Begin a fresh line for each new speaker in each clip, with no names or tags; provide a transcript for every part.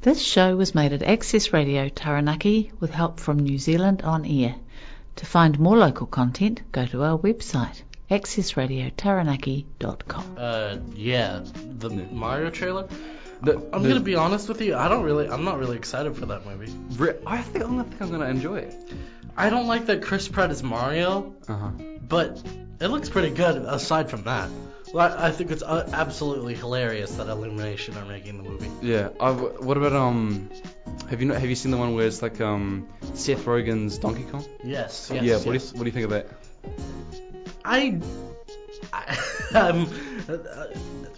This show was made at Access Radio Taranaki with help from New Zealand On Air. To find more local content, go to our website, accessradiotaranaki.com.
Uh, yeah, the Mario trailer.
The-
I'm
the-
gonna be honest with you. I don't really. I'm not really excited for that movie.
Re- I think I don't think I'm gonna enjoy it.
I don't like that Chris Pratt is Mario,
Uh huh.
but it looks pretty good. Aside from that, Well, I I think it's uh, absolutely hilarious that Illumination are making the movie.
Yeah. I w what about um? Have you not, have you seen the one where it's like um Seth Rogen's Donkey Kong?
Yes. yes yes.
yeah. What do you what do you think of that?
I, I am uh,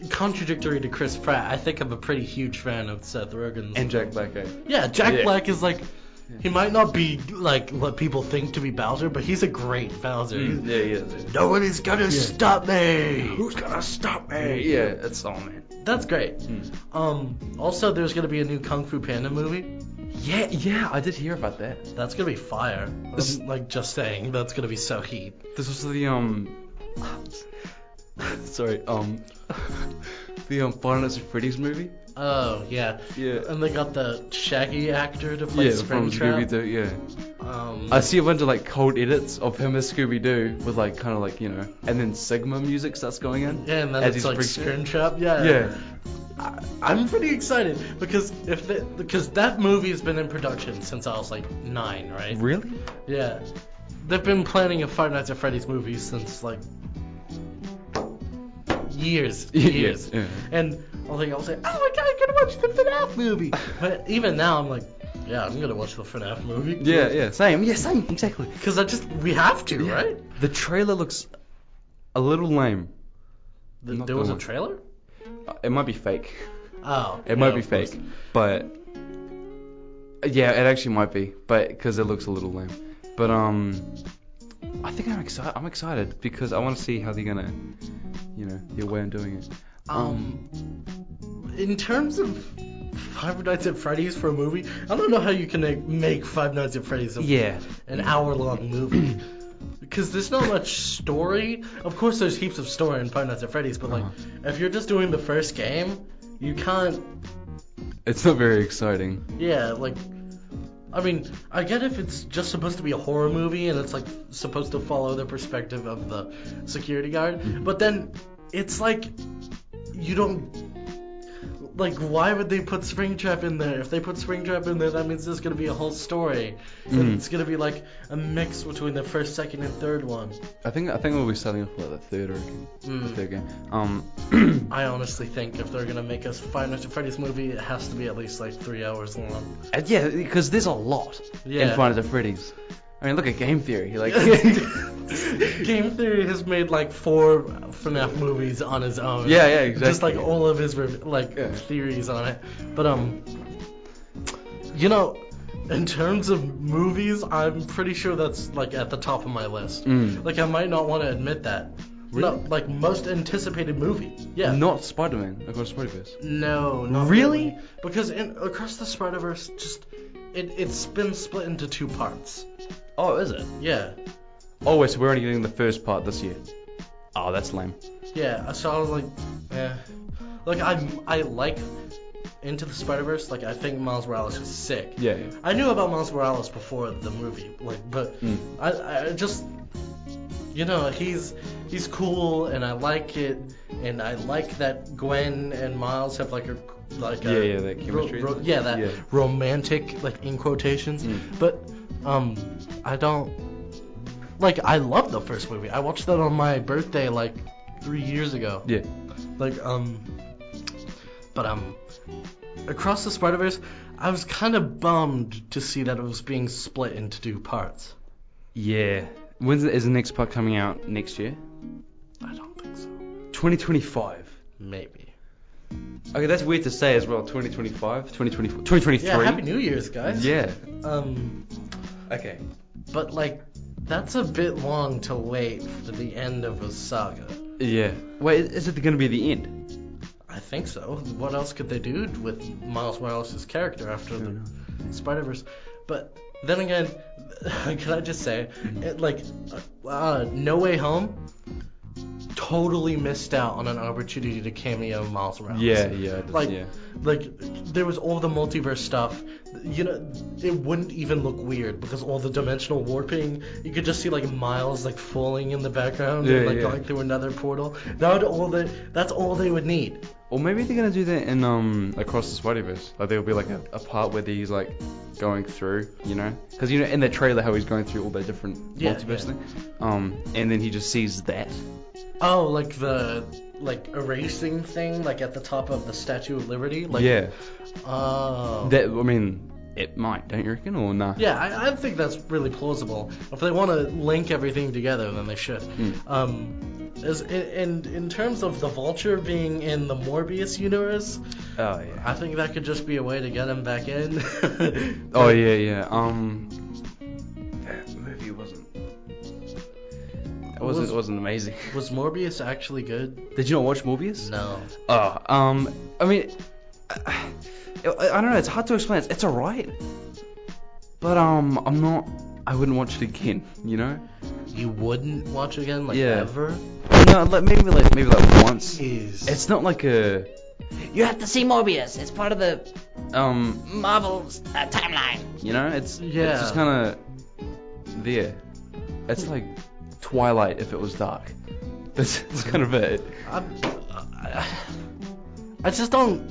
contradictory to Chris Pratt. I think I'm a pretty huge fan of Seth Rogen's.
And Jack Black. Eh?
yeah, Jack
Yeah.
Black is like. He might not be like what people think to be Bowser, but he's a great Bowser. He's-
Yeah. Mm. Yeah.
Nobody's gonna stop me.
gonna stop me? Yeah. Mm. That's all, man.
That's great. Um, also, there's gonna be a new Kung Fu Panda movie.
Yeah. Yeah. I did hear about that.
That's gonna be fire.
This-
I'm, like just saying, that's gonna be so heat.
This was the um. sorry. Um. the um Five Nights at Freddy's movie.
Oh yeah.
Yeah.
And they got the Shaggy actor to play
yeah. From Scooby
Springtrap.
Doo. Yeah.
Um,
I see a bunch of like cold edits of him as Scooby Doo with like kind of like you know, and then Sigma music starts going in.
yeah, and then
as
it's
he's
like
bring-
Springtrap. Yeah.
Yeah,
I, I'm pretty excited because if the, because that movie has been in production since I was like nine, right?
really?
Yeah. They've been planning a Five Nights at Freddy's movie since like years,
Yeah,
years.
yeah.
And I was like, I was like, oh my god, I'm gonna watch the FNAF movie. But even now, I'm like, yeah, I'm gonna watch the FNAF movie.
Yeah, yeah, same. Yeah, same. Exactly.
Because I just we have to, right?
The trailer looks a little lame.
Th-
Not
there was a
gonna-
trailer.
Uh, It might be fake.
Oh.
It might
yeah,
be
of course.
fake, but yeah, it actually might be, but because it looks a little lame. But um, I think I'm excited. I'm excited because I want to see how they're gonna, you know, your way of doing it.
Um, in terms of Five Nights at Freddy's for a movie, I don't know how you can like, make Five Nights at Freddy's a
Yeah.
an hour long movie. Because there's not much story. Of course, there's heaps of story in Five Nights at Freddy's, but like, if you're just doing the first game, you can't.
It's not very exciting.
Yeah, like, I mean, I get if it's just supposed to be a horror movie and it's like supposed to follow the perspective of the security guard, but then it's like you don't. Like, why would they put Springtrap in there? If they put Springtrap in there, that means there's gonna be a whole story. And it's gonna be like a mix between the first, second, and third one.
I think I think we'll be starting off like the third, I reckon. The third game. Um,
I honestly think if they're gonna make us Five Nights at Freddy's movie, it has to be at least like three hours long.
and yeah, because there's a lot
Yeah.
in Five Nights at Freddy's. I mean, look at Game Theory. Like,
Game Theory has made like four FNAF movies on his own.
Yeah, yeah, exactly.
Just like all of his rev- like
Yeah.
theories on it. But um, you know, in terms of movies, I'm pretty sure that's like at the top of my list.
Mm.
Like I might not want to admit that. No,
Really?
like most anticipated movie. Yeah.
not Spider-Man across the Spider-Verse.
No, not
Really?
Because in Across the Spider Verse, just it it's been split into two parts.
Oh, is it?
Yeah,
Oh, wait, so we're only getting the first part this year. Oh, that's lame.
yeah. So I was like, eh. Like I I like Into the Spider Verse. Like I think Miles Morales is sick.
Yeah. yeah.
I knew about Miles Morales before the movie, like, but
Mm.
I, I just, you know, he's he's cool, and I like it, and I like that Gwen and Miles have like a like a
Yeah, yeah, that chemistry.
yeah, that
Yeah.
romantic, like in quotations.
Mm.
But um, I don't like. I love the first movie. I watched that on my birthday like three years ago.
Yeah.
Like, um, but, um, Across the Spider Verse, I was kind of bummed to see that it was being split into two parts.
Yeah. When's the, is the next part coming out next year?
I don't think so.
2025.
Maybe.
Okay, that's weird to say as well. 2025, 2024, 2023.
Yeah, Happy New Year's, guys.
Yeah.
Um,
Okay.
but, like, that's a bit long to wait for the end of a saga.
Yeah. Wait, is- is it going to be the end?
I think so. What else could they do with Miles Morales' character after the Spider Verse? But then again, can I just say, it, like, uh, uh, No Way Home, totally missed out on an opportunity to cameo Miles Morales.
Yeah, yeah,
Like,
yeah.
like there was all the multiverse stuff. You know, it wouldn't even look weird because all the dimensional warping. You could just see like Miles like falling in the background and
Yeah,
like
yeah.
going through another portal. That would all the that's all they would need.
Or maybe they're gonna do that in um across the Spider-Verse. Like there'll be like a, a part where he's like going through, you know, because you know in the trailer how he's going through all the different
Yeah,
multiverse
yeah.
thing. Um, and then he just sees that.
Oh, like the like erasing thing, like at the top of the Statue of Liberty. Like,
yeah.
Oh.
That I mean, it might, don't you reckon, or nah?
Yeah, I, I think that's really plausible. If they want to link everything together, then they should.
Hmm.
Um, as, and in terms of the Vulture being in the Morbius universe,
Oh yeah.
I think that could just be a way to get him back in.
Oh yeah, yeah. Um, that movie wasn't. It wasn't.
Was-
it wasn't amazing.
Was Morbius actually good?
Did you not watch Morbius?
No.
Oh, um, I mean, I, I don't know. It's hard to explain. It's, it's alright, but um, I'm not. I wouldn't watch it again. You know?
You wouldn't watch again, like
Yeah.
ever?
No, like maybe like maybe like once.
Jeez.
It's not like a
You have to see Morbius. It's part of the
um,
Marvel's uh, timeline.
you know? It's
Yeah.
It's just kind of there. It's like Twilight if it was dark. That's, that's kind of it.
I'm- I, I just don't.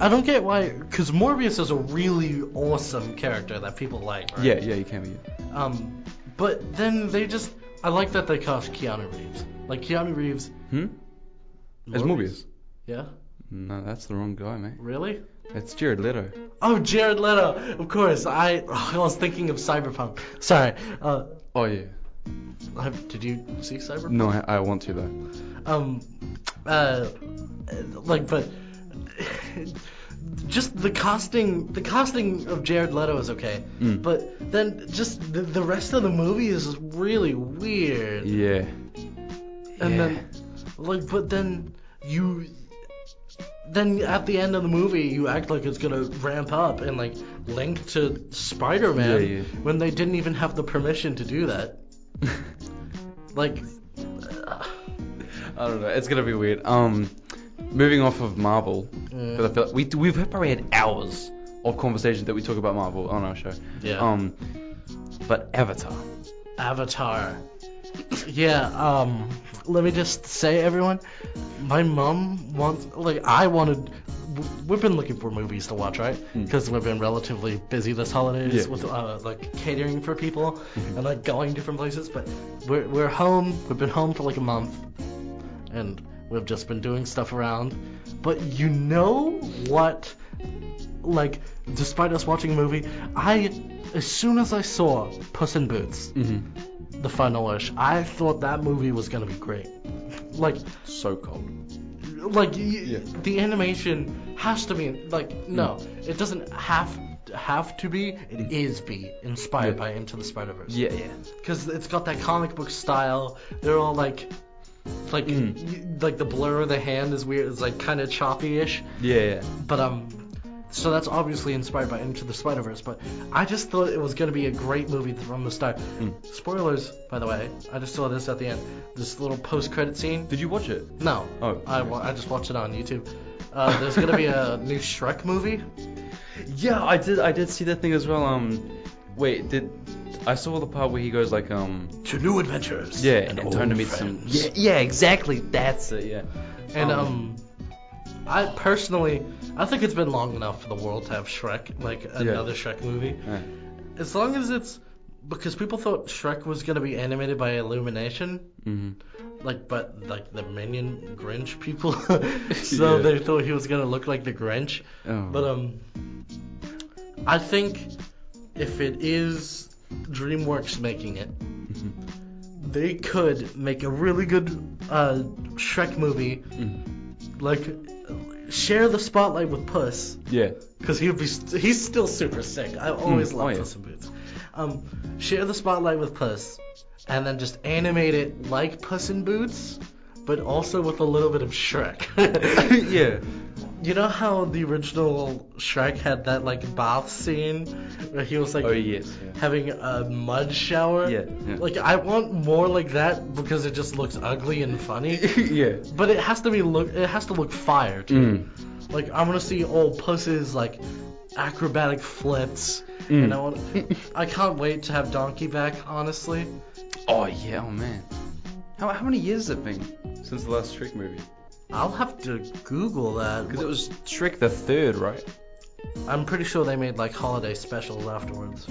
I don't get why, because Morbius is a really awesome character that people like. Right?
Yeah, yeah, you can be. it.
Um, but then they just. I like that they cast Keanu Reeves. Like Keanu Reeves.
Hmm? It's Morbius.
Yeah.
No, that's the wrong guy, mate.
Really?
It's Jared Leto.
Oh, Jared Leto. Of course. I I was thinking of Cyberpunk. Sorry. Uh,
Oh yeah.
I- did you see Cyberpunk?
No, I, I want to though.
um, uh, like, but just the casting, the casting of Jared Leto is okay,
Mm.
but then just the, the rest of the movie is really weird.
Yeah.
And
yeah.
then, like, but then you, then at the end of the movie, you act like it's gonna ramp up and like link to Spider-Man
Yeah, yeah.
when they didn't even have the permission to do that. like, uh,
I don't know. It's gonna be weird. Um, moving off of Marvel, because I feel like we we've probably had hours of conversations that we talk about Marvel on our show.
Yeah.
Um, but Avatar.
Avatar. Yeah, um, let me just say, everyone, my mom wants, like, I wanted, w- we've been looking for movies to watch, right? Because we've been relatively busy this holidays
Yeah.
with, uh, like, catering for people and, like, going different places, but we're, we're home, we've been home for, like, a month, and we've just been doing stuff around. But you know what? Like, despite us watching a movie, I, as soon as I saw Puss in Boots,
Mm-hmm.
the final wish. I thought that movie was gonna be great. Like,
So cold.
like y
Yeah.
the animation has to be like no,
Mm.
it doesn't have have to be. It is be inspired
Yeah.
by Into the Spider Verse.
Yeah, yeah.
because it's got that comic book style. They're all like. Like,
Mm.
y- like the blur of the hand is weird. It's like kind of choppy-ish.
Yeah, yeah.
But um, so that's obviously inspired by Into the Spider Verse. But I just thought it was gonna be a great movie from the start.
Hmm.
Spoilers, by the way. I just saw this at the end. This little post-credit scene.
Did you watch it?
No.
Oh.
I, wa- I just watched it on YouTube. Uh, there's gonna be a new Shrek movie.
Yeah, I did. I did see that thing as well. Um, wait, did I saw the part where he goes like um.
To new adventures.
Yeah, and, time to meet some. Yeah, yeah, exactly. That's it. Yeah.
And um, I personally, I think it's been long enough for the world to have Shrek, like another Shrek movie.
Yeah.
As long as it's because people thought Shrek was gonna be animated by Illumination,
Mhm.
like but like the Minion Grinch people, so
Yeah.
they thought he was gonna look like the Grinch.
Oh.
But um, I think if it is DreamWorks making it,
mm-hmm,
they could make a really good uh, Shrek movie,
mm-hmm.
like share the spotlight with Puss.
yeah.
Because he would be, st- he's still super sick. I always
Mm,
love
oh, yeah.
Puss in Boots. Um, share the spotlight with Puss, and then just animate it like Puss in Boots, but also with a little bit of Shrek.
yeah.
You know how the original Shrek had that like bath scene where he was like
Oh, yes, yeah.
having a mud shower?
Yeah, yeah.
Like I want more like that because it just looks ugly and funny.
yeah.
but it has to be look it has to look fire too.
Mm.
Like I want to see old Puss's like acrobatic flips, and I want. I can't wait to have Donkey back. Honestly,
Oh yeah, oh man. How, how many years has it been since the last Shrek movie?
I'll have to Google that.
Because it was Shrek the third, right?
I'm pretty sure they made like holiday specials afterwards.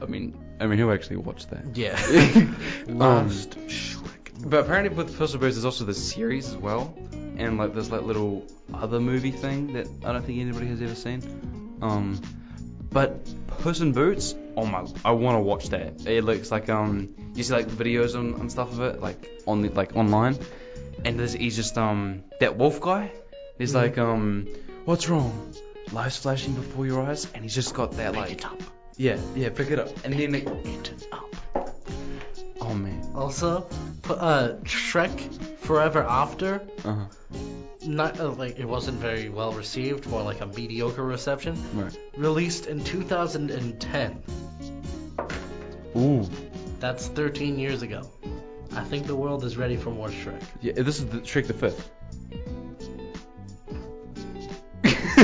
I mean, I mean, who actually watched that?
Yeah.
Last
Shrek.
But apparently, with Puss in Boots, there's also the series as well, and like there's like little other movie thing that I don't think anybody has ever seen. Um, but Puss in Boots, oh my, I want to watch that. It looks like um, you see like videos and, and stuff of it, like on the like online, and there's he's just um that wolf guy. He's
Mm-hmm.
like um, what's wrong? Life's flashing before your eyes, and he's just got that like
it up.
yeah yeah pick it up, and then it,
It up.
oh man
Also, pu- uh, Shrek Forever After.
uh-huh.
Not uh, like it wasn't very well received. More like a mediocre reception.
right
Released in 2010.
ooh.
That's 13 years ago. I think the world is ready for more Shrek.
Yeah, this is the Shrek the Fifth.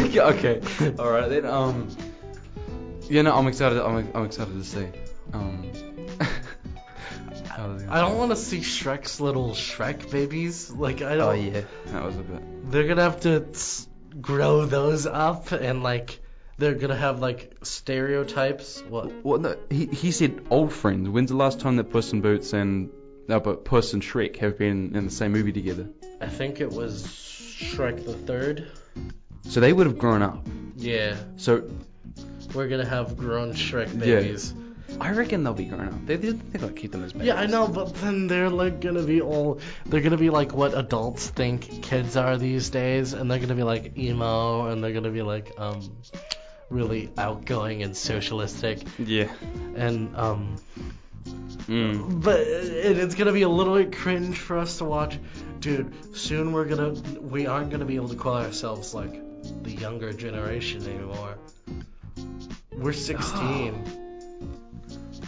Yeah, okay, all right then. Um, yeah, no, I'm excited. I'm, I'm excited to see. Um, how they-
I don't want to see Shrek's little Shrek babies. Like I don't.
Oh yeah, that was a bit.
They're gonna have to s- grow those up and like they're gonna have like stereotypes. What?
Well, no, he he said old friends. When's the last time that Puss in Boots and no, but Puss and Shrek have been in the same movie together?
I think it was Shrek the Third.
So they would have grown up.
Yeah,
So
we're gonna have grown Shrek
Yeah.
babies.
I reckon they'll be grown up. They they they're gonna keep them as
Yeah,
babies.
I know, but then they're like gonna be all. They're gonna be like what adults think kids are these days, and they're gonna be like emo, and they're gonna be like um, really outgoing and socialistic,
Yeah.
and um.
Mm.
But it, it's gonna be a little bit cringe for us to watch, dude. Soon we're gonna we aren't gonna be able to call ourselves like the younger generation anymore. We're 16.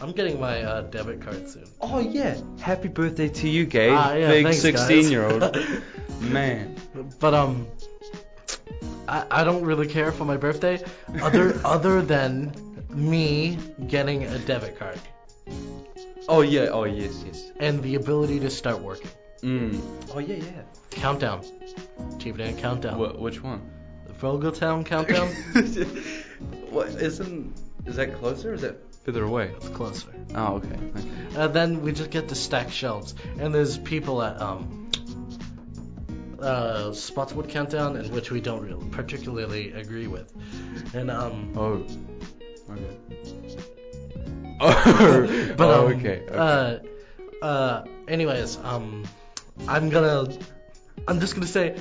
I'm getting my uh, debit card soon.
Oh yeah. Happy birthday to you, Gabe.
Ah, yeah,
Big
thanks, guys.
16 year old. Man.
but um, I, I don't really care for my birthday, other other than me getting a debit card
Oh yeah. Oh yes. Yes.
and the ability to start working.
Mm. Oh yeah. Yeah.
Countdown, cheap Dan countdown.
Wh- which one?
The Fogeltown
Um,
countdown.
what isn't? Is that closer? Or is that further away?
It's closer.
Oh okay. okay.
And then we just get to stack shelves. And there's people at um, uh, Spotswood Countdown, in which we don't really particularly agree with. And um,
Oh. Okay. Oh.
but
oh,
um,
okay. okay.
Uh, uh, anyways, um, I'm gonna, I'm just gonna say,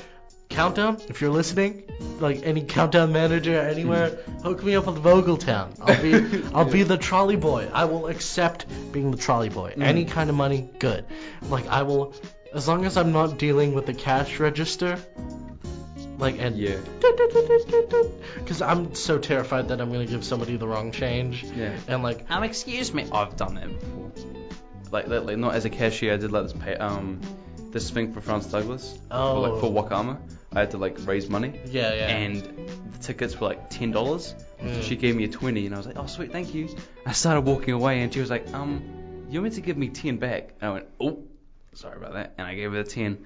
Countdown, if you're listening, like any Countdown manager anywhere, hook me up with Vogeltown. I'll be, I'll be the trolley boy. I will accept being the trolley boy.
Mm.
Any kind of money, good. Like I will, as long as I'm not dealing with the cash register. Like and
Yeah.
because I'm so terrified that I'm gonna give somebody the wrong change.
Yeah.
And like
Um, excuse me. I've done that before. Like, like, like, not as a cashier. I did like this pay, um, this thing for France Douglas. For, like, for
Oh.
Wakama, I had to like raise money.
Yeah, yeah.
And the tickets were like ten dollars. She gave me a twenty, and I was like, "Oh, sweet, thank you." I started walking away, and she was like, "Um, you're meant to give me ten back." And I went, "Oh, sorry about that." And I gave her the ten,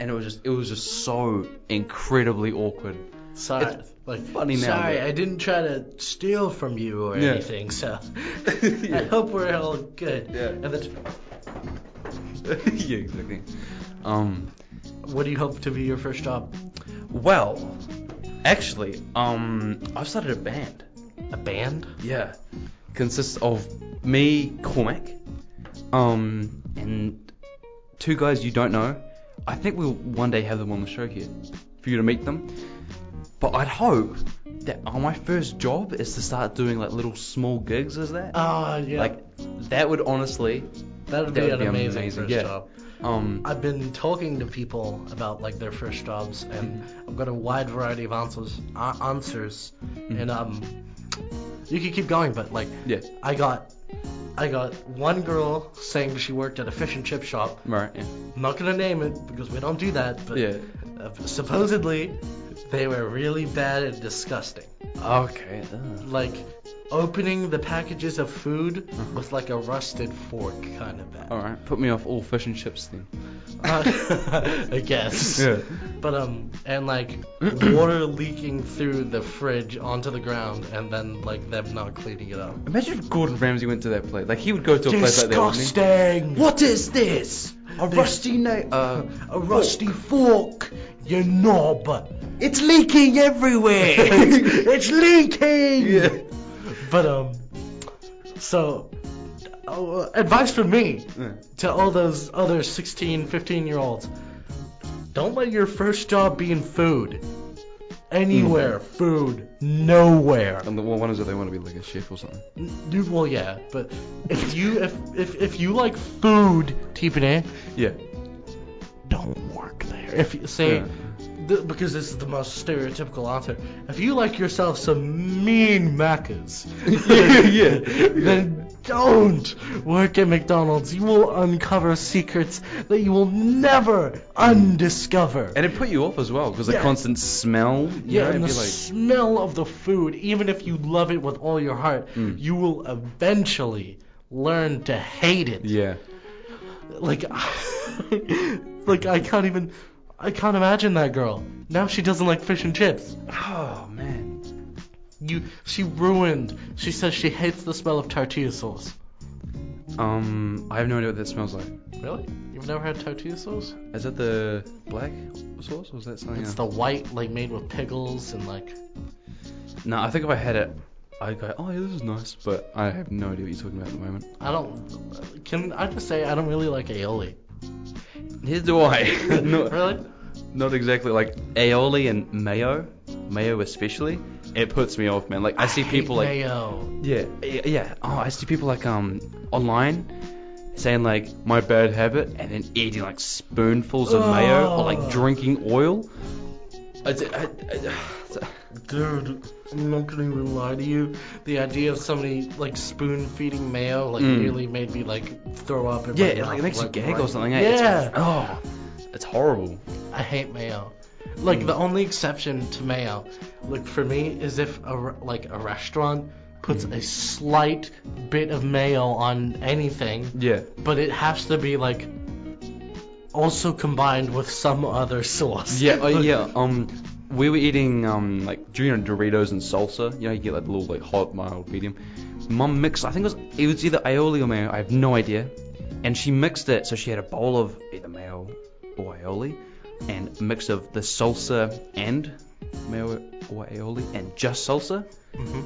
and it was just, it was just so incredibly awkward.
sorry,
it's
like
funny now,
sorry,
but-
I didn't try to steal from you or
Yeah.
anything. So I hope we're all good. And
Yeah.
that's,
yeah, exactly. Um,
what do you hope to be your first job?
well, actually, um, I've started a band.
A band?
Yeah. Consists of me, Cormac, um, and two guys you don't know. I think we'll one day have them on the show here for you to meet them. But I'd hope that uh, my first job is to start doing like little small gigs, is that?
Oh yeah.
Like that would honestly
that would
that
be
would
an
be
amazing,
amazing,
first
yeah.
job.
Um,
I've been talking to people about like their first jobs, and I've got a wide variety of answers. Uh, answers, and um, you can keep going, but like,
Mm-hmm. Yeah.
I got, I got one girl saying she worked at a fish and chip shop.
right. Yeah.
I'm not gonna name it because we don't do that, but
Yeah.
uh, supposedly they were really bad and disgusting.
Okay. ugh.
Like opening the packages of food
Mm-hmm.
with like a rusted fork, kind of bad.
All right. Put me off all fish and chips then.
Uh, I guess.
Yeah.
But um, and like water leaking through the fridge onto the ground, and then like them not cleaning it up.
Imagine if Gordon Ramsay went to that place. Like he would go to a place like that. Wouldn't he?
Disgusting!
What is this? A
This-
rusty nail. Uh,
A rusty fork, you knob! It's leaking everywhere! it's leaking!
Yeah.
But um, so uh, advice from me
Yeah.
to all those other 16, 15 year olds: don't let your first job be in food. Anywhere, food, nowhere.
And the well, one is that they want to be like a chef or something.
You, well, yeah, but if you if if, if you like food, Tiffany,
Yeah.
don't work there. If you say.
Yeah.
th- because this is the most stereotypical answer. If you like yourself some mean macas,
yeah. Yeah.
then don't work at McDonald's. You will uncover secrets that you will never undiscover.
And it put you off as well because the
Yeah.
constant smell. You
yeah,
know,
and the
it'd be like,
smell of the food, even if you love it with all your heart,
Mm.
you will eventually learn to hate it.
yeah.
Like, like I can't even, I can't imagine that girl. Now she doesn't like fish and chips.
Oh man.
You, she ruined. She says she hates the smell of tortilla sauce.
Um, I have no idea what that smells like.
Really? You've never had tortilla sauce?
Is that the black sauce or is that something
It's
else?
the white, like made with pickles and like.
No, I think if I had it, I'd go, oh yeah, this is nice, but I have no idea what you're talking about at the moment.
I don't. Can I just say I don't really like aioli?
Here's do I. not,
Really?
not exactly like aioli and mayo, mayo especially. It puts me off, man. Like I, see
hate
people like
mayo.
yeah, yeah, yeah. Oh, I see people like um online saying like my bad habit and then eating like spoonfuls of mayo or like
Ugh.
drinking oil. I, I, I-
Dude, I'm not gonna even lie to you. The idea of somebody like spoon feeding mayo like
Mm.
really made me like throw up. In
yeah,
my
it, like,
mouth,
it makes you
like,
gag or
right-
something. eh? It's-
Yeah.
oh, it's horrible.
I hate mayo. Like
Mm.
the only exception to mayo, like for me, is if a re- like a restaurant puts
Mm.
a slight bit of mayo on anything.
Yeah.
but it has to be like also combined with some other sauce.
Yeah, uh,
Like,
yeah. Um, we were eating um like do you know Doritos and salsa? You know, you get like the little like hot, mild, medium. Mum mixed. I think it was it was either aioli or mayo. I have no idea. And she mixed it, so she had a bowl of either mayo or aioli, and a mix of the salsa and mayo or aioli, and just salsa.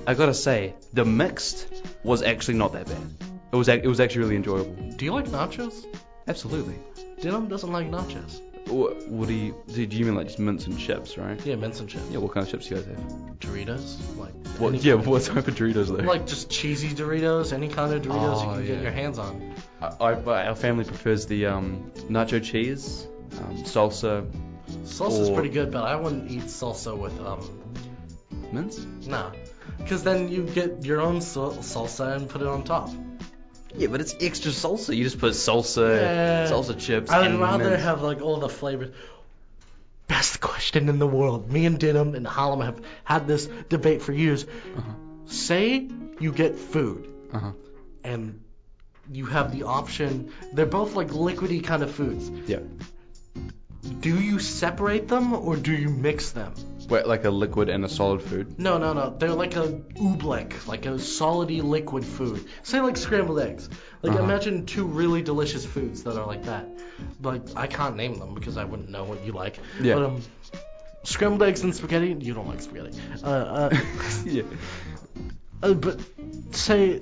I gotta say, the mixed was actually not that bad. It was ac- it was actually really enjoyable.
Do you like nachos?
Absolutely.
Denim doesn't like nachos.
What, what do you do? You mean like just mints and chips, right?
Yeah, mince and chips.
Yeah. What kind of chips do you guys have?
Doritos, like
What,
any-
yeah, what type of Doritos though?
like just cheesy Doritos, any kind of Doritos you
Oh,
can
yeah.
get your hands on.
I, I, but our family prefers the um, nacho cheese, um, salsa,
Salsa's
Or-
pretty good, but I wouldn't eat salsa with um
mince.
nah, because then you get your own sa- salsa and put it on top.
Yeah, but it's extra salsa. You just put salsa,
Yeah.
salsa chips.
I would
and
rather
mince.
have like all the flavors. Best question in the world. Me and Denham and Hallam have had this debate for years. Say you get food
Uh-huh.
and you have the option. They're both like liquidy kind of foods.
Yeah,
Do you separate them or do you mix them?
Wait, like a liquid and a solid food.
No, no, no. They're like a oobleck, like a solidy liquid food. Say like scrambled eggs. Like
Uh-huh.
imagine two really delicious foods that are like that. Like I can't name them because I wouldn't know what you like.
Yeah.
But um, scrambled eggs and spaghetti. You don't like spaghetti. Uh, uh,
yeah.
uh, but say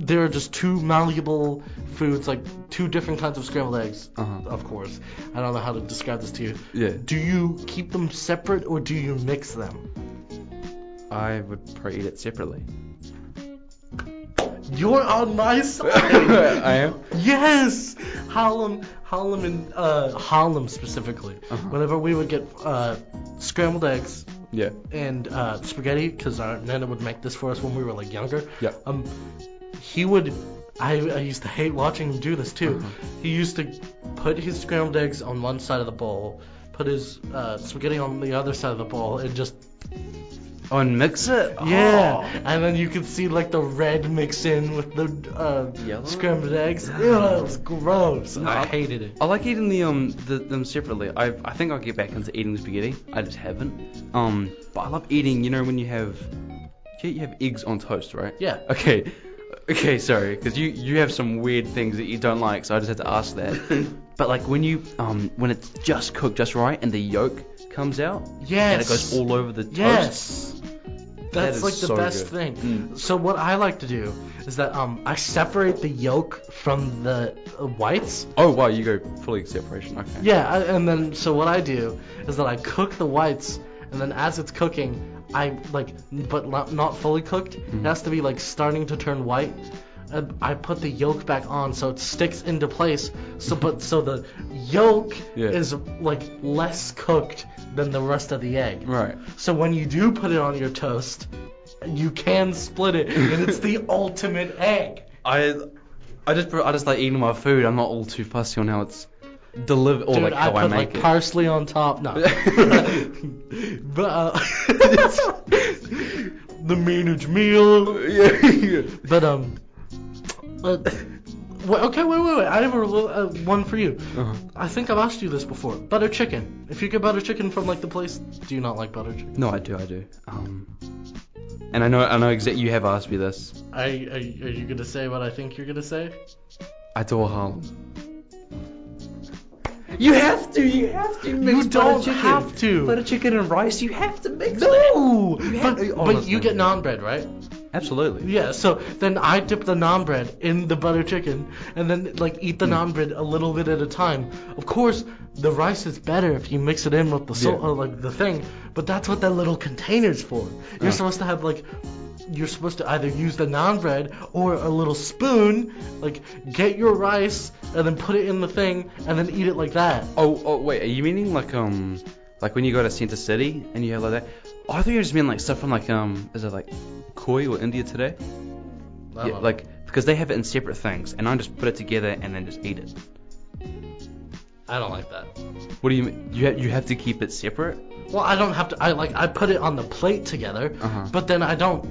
there are just two malleable foods, like two different kinds of scrambled eggs.
Uh-huh.
Of course, I don't know how to describe this to you.
Yeah.
Do you keep them separate or do you mix them?
I would probably eat it separately.
You're on my side.
I am.
Yes, Harlem, Harlem, and uh, Harlem specifically.
Uh-huh.
Whenever we would get uh, scrambled eggs
Yeah.
and uh, spaghetti, because our nana would make this for us when we were like younger.
Yeah.
Um, he would. I, I used to hate watching him do this too.
Mm-hmm.
He used to put his scrambled eggs on one side of the bowl, put his uh, spaghetti on the other side of the bowl, and just
Oh, and mix it.
yeah,
Oh.
and then you could see like the red mix in with the uh,
Yellow?
scrambled eggs. Ugh, it was gross. I hated it.
I like eating the um the, them separately. I I think I'll get back into eating spaghetti. I just haven't. Um, but I love eating. You know when you have, you, you have eggs on toast, right?
Yeah.
Okay. Okay, sorry, because you you have some weird things that you don't like, so I just had to ask that. but like when you um when it's just cooked just right and the yolk comes out
Yes.
and it goes all over the toast.
Yes.
That
That's
is
like the
so
best
good.
thing.
Mm.
So what I like to do is that um I separate the yolk from the uh, whites.
Oh wow, you go fully separation. Okay.
Yeah, I, and then so what I do is that I cook the whites, and then as it's cooking, I like, but not, not fully cooked.
Mm-hmm.
It has to be like starting to turn white. And I put the yolk back on so it sticks into place. So but so the yolk
Yeah.
is like less cooked than the rest of the egg.
Right.
So when you do put it on your toast, you can split it, and it's the ultimate egg.
I I just I just like eating my food. I'm not all too fussy on how it's delivered or
Dude,
like
I
how
put
I,
like
make it.
parsley on top. No. but uh, the manage meal. But um, uh, wait, okay, wait, wait, wait. I have a little, uh, one for you.
Uh-huh.
I think I've asked you this before. Butter chicken. If you get butter chicken from like the place, do you not like butter chicken?
No, I do, I do. Um, and I know I know exactly. You have asked me this.
I, are, are you gonna say what I think you're gonna say?
Adore Harlem. You have to, you have to mix
You
butter
don't
chicken.
have to.
Butter chicken and rice, you have to mix
No,
have-
but, but
Honestly.
you get non bread, right?
it. Absolutely.
Yeah, so then I dip the naan bread in the butter chicken and then like eat the naan bread a little bit at a time. Of course, the rice is better if you mix it in with the salt,
Yeah.
uh, like the thing, but that's what that little container's for. You're
Uh.
supposed to have like you're supposed to either use the naan bread or a little spoon, like get your rice and then put it in the thing and then eat it like that.
Oh, oh, wait. Are you meaning like um, like when you go to Center City and you have like that? Oh, I thought you just mean like stuff from like um, is it like Koi or India today?
I
Yeah,
love it.
like because they have it in separate things, and I just put it together and then just eat it.
I don't like that.
What do you mean? You have you have to keep it separate?
Well, I don't have to. I like I put it on the plate together,
Uh-huh.
but then I don't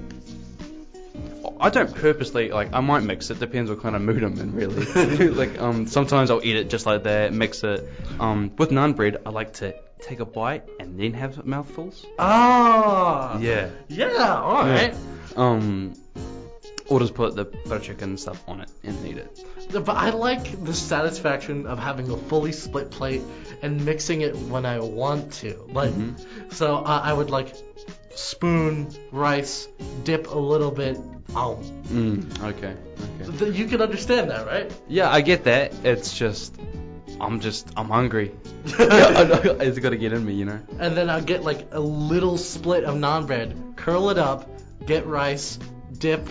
I don't purposely like. I might mix it. Depends what kind of mood I'm in, really. like um, sometimes I'll eat it just like that, mix it. Um, with naan bread, I like to take a bite and then have mouthfuls.
Ah.
Yeah.
Yeah. All right.
Um, or just put the butter chicken and stuff on it and eat it.
But I like the satisfaction of having a fully split plate and mixing it when I want to. Like,
Mm-hmm.
so uh, I I would like spoon rice, dip a little bit. Oh,
Mm, okay. Okay.
Th- you can understand that, right?
Yeah, I get that. It's just, I'm just, I'm hungry. it's got to get in me, you know.
And then I'll get like a little split of naan bread, curl it up, get rice, dip.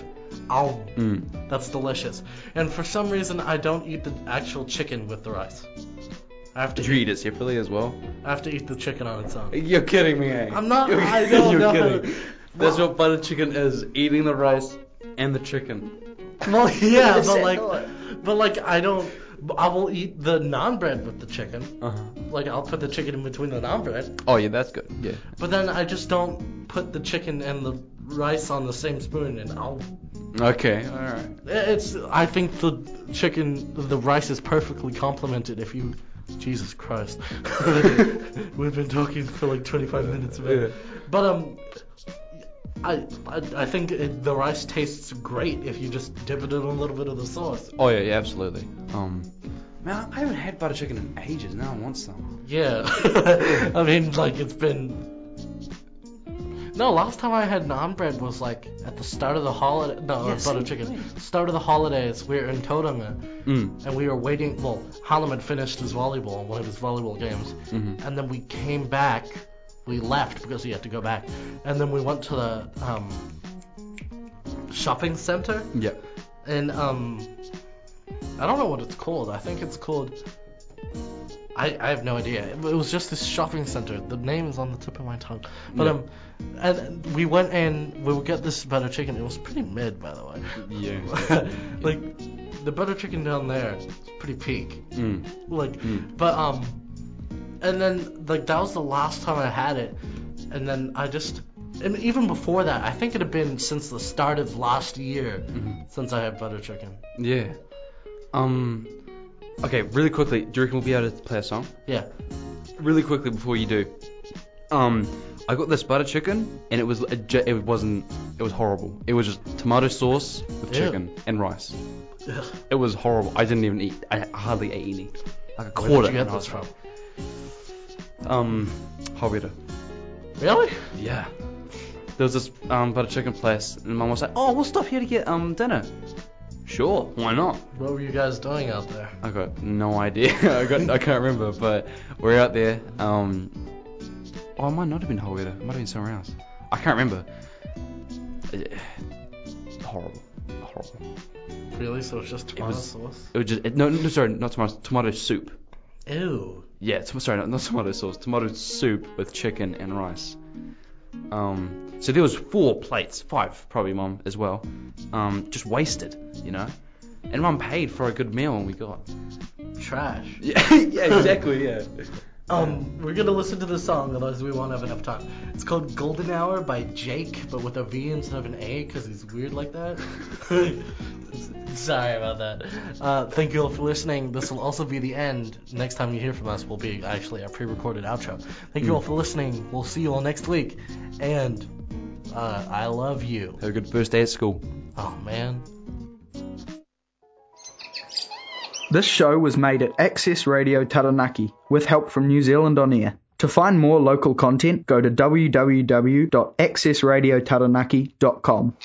Oh,
Mm.
that's delicious. And for some reason, I don't eat the actual chicken with the rice. I have to
Did you eat it separately as well?
I have to eat the chicken on its own.
You're kidding me, eh?
I'm not- I don't
You're
know.
kidding. That's what butter chicken is: eating the rice and the chicken.
Well, yeah,
Yes,
but
I
like,
thought.
but like, I don't. I will eat the naan bread with the chicken.
Uh-huh.
Like, I'll put the chicken in between the naan bread.
Oh yeah, that's good. Yeah.
But then I just don't put the chicken and the rice on the same spoon, and I'll.
Okay. All right.
It's. I think the chicken, the rice is perfectly complemented. If you, Jesus Christ, we've been talking for like 25 minutes about. it.
Yeah.
But um, I I, I think it, the rice tastes great if you just dip it in a little bit of the sauce.
Oh yeah, yeah, absolutely. Um, man, I haven't had butter chicken in ages. Now I want some.
Yeah, I mean like it's been. No, last time I had naan bread was like at the start of the holiday. No,
Yeah,
butter
same
chicken.
thing.
Start of the holidays, we were in Tauranga,
Mm.
and we were waiting. Well, Hallam had finished his volleyball, one of his volleyball games,
Mhm.
and then we came back. We left because he had to go back, and then we went to the um, shopping center.
Yeah.
and um, I don't know what it's called. I think it's called. I, I have no idea. It was just this shopping center. The name is on the tip of my tongue. But
Yeah.
um, and- and we went in. We would get this butter chicken. It was pretty mid, by the way.
Yeah.
like the butter chicken down there, is pretty peak.
Mm.
Like,
Mm.
but um, and then like that was the last time I had it, and then I just, and even before that, I think it had been since the start of last year
Mhm.
since I had butter chicken.
Yeah. Um. Okay, really quickly. Do you reckon we'll be able to play a song?
Yeah.
Really quickly before you do. Um, I got this butter chicken, and it was a ge- it wasn't it was horrible. It was just tomato sauce with
Ew.
chicken and rice.
Ugh,
It was horrible. I didn't even eat. I hardly ate any. Like a
Where
quarter.
did you get
and I
this from?
was like, Um, Hobbiter.
Really?
Yeah. There was this um, butter chicken place, and Mum was like, "Oh, we'll stop here to get um dinner." Sure, why not?
What were you guys doing out there?
I got no idea. I got I can't remember, but we're out there. Um, oh, it might not have been Howitter. It might have been somewhere else. I can't remember. Eh, Horrible, horrible.
Really? So it's just tomato
was-
sauce?
It was just it, no, no, sorry, not tomato, tomato soup.
Ew.
Yeah, tom- sorry, not, not tomato sauce, tomato soup with chicken and rice. Um, so there was four plates, five probably, mum as well. Um, just wasted, you know. And mum paid for a good meal, and we got.
Trash.
Yeah, yeah, exactly, yeah.
Um, we're gonna listen to the song, otherwise we won't have enough time. It's called Golden Hour by Jake, but with a V instead of an A, because he's weird like that. Sorry about that. Uh, thank you all for listening. This will also be the end. Next time you hear from us will be actually our pre-recorded outro. Thank you all for listening. We'll see you all next week. And uh, I love you.
Have a good first day at school.
Oh man.
This show was made at Access Radio Taranaki with help from New Zealand On Air. To find more local content, go to www.accessradiotaranaki.com.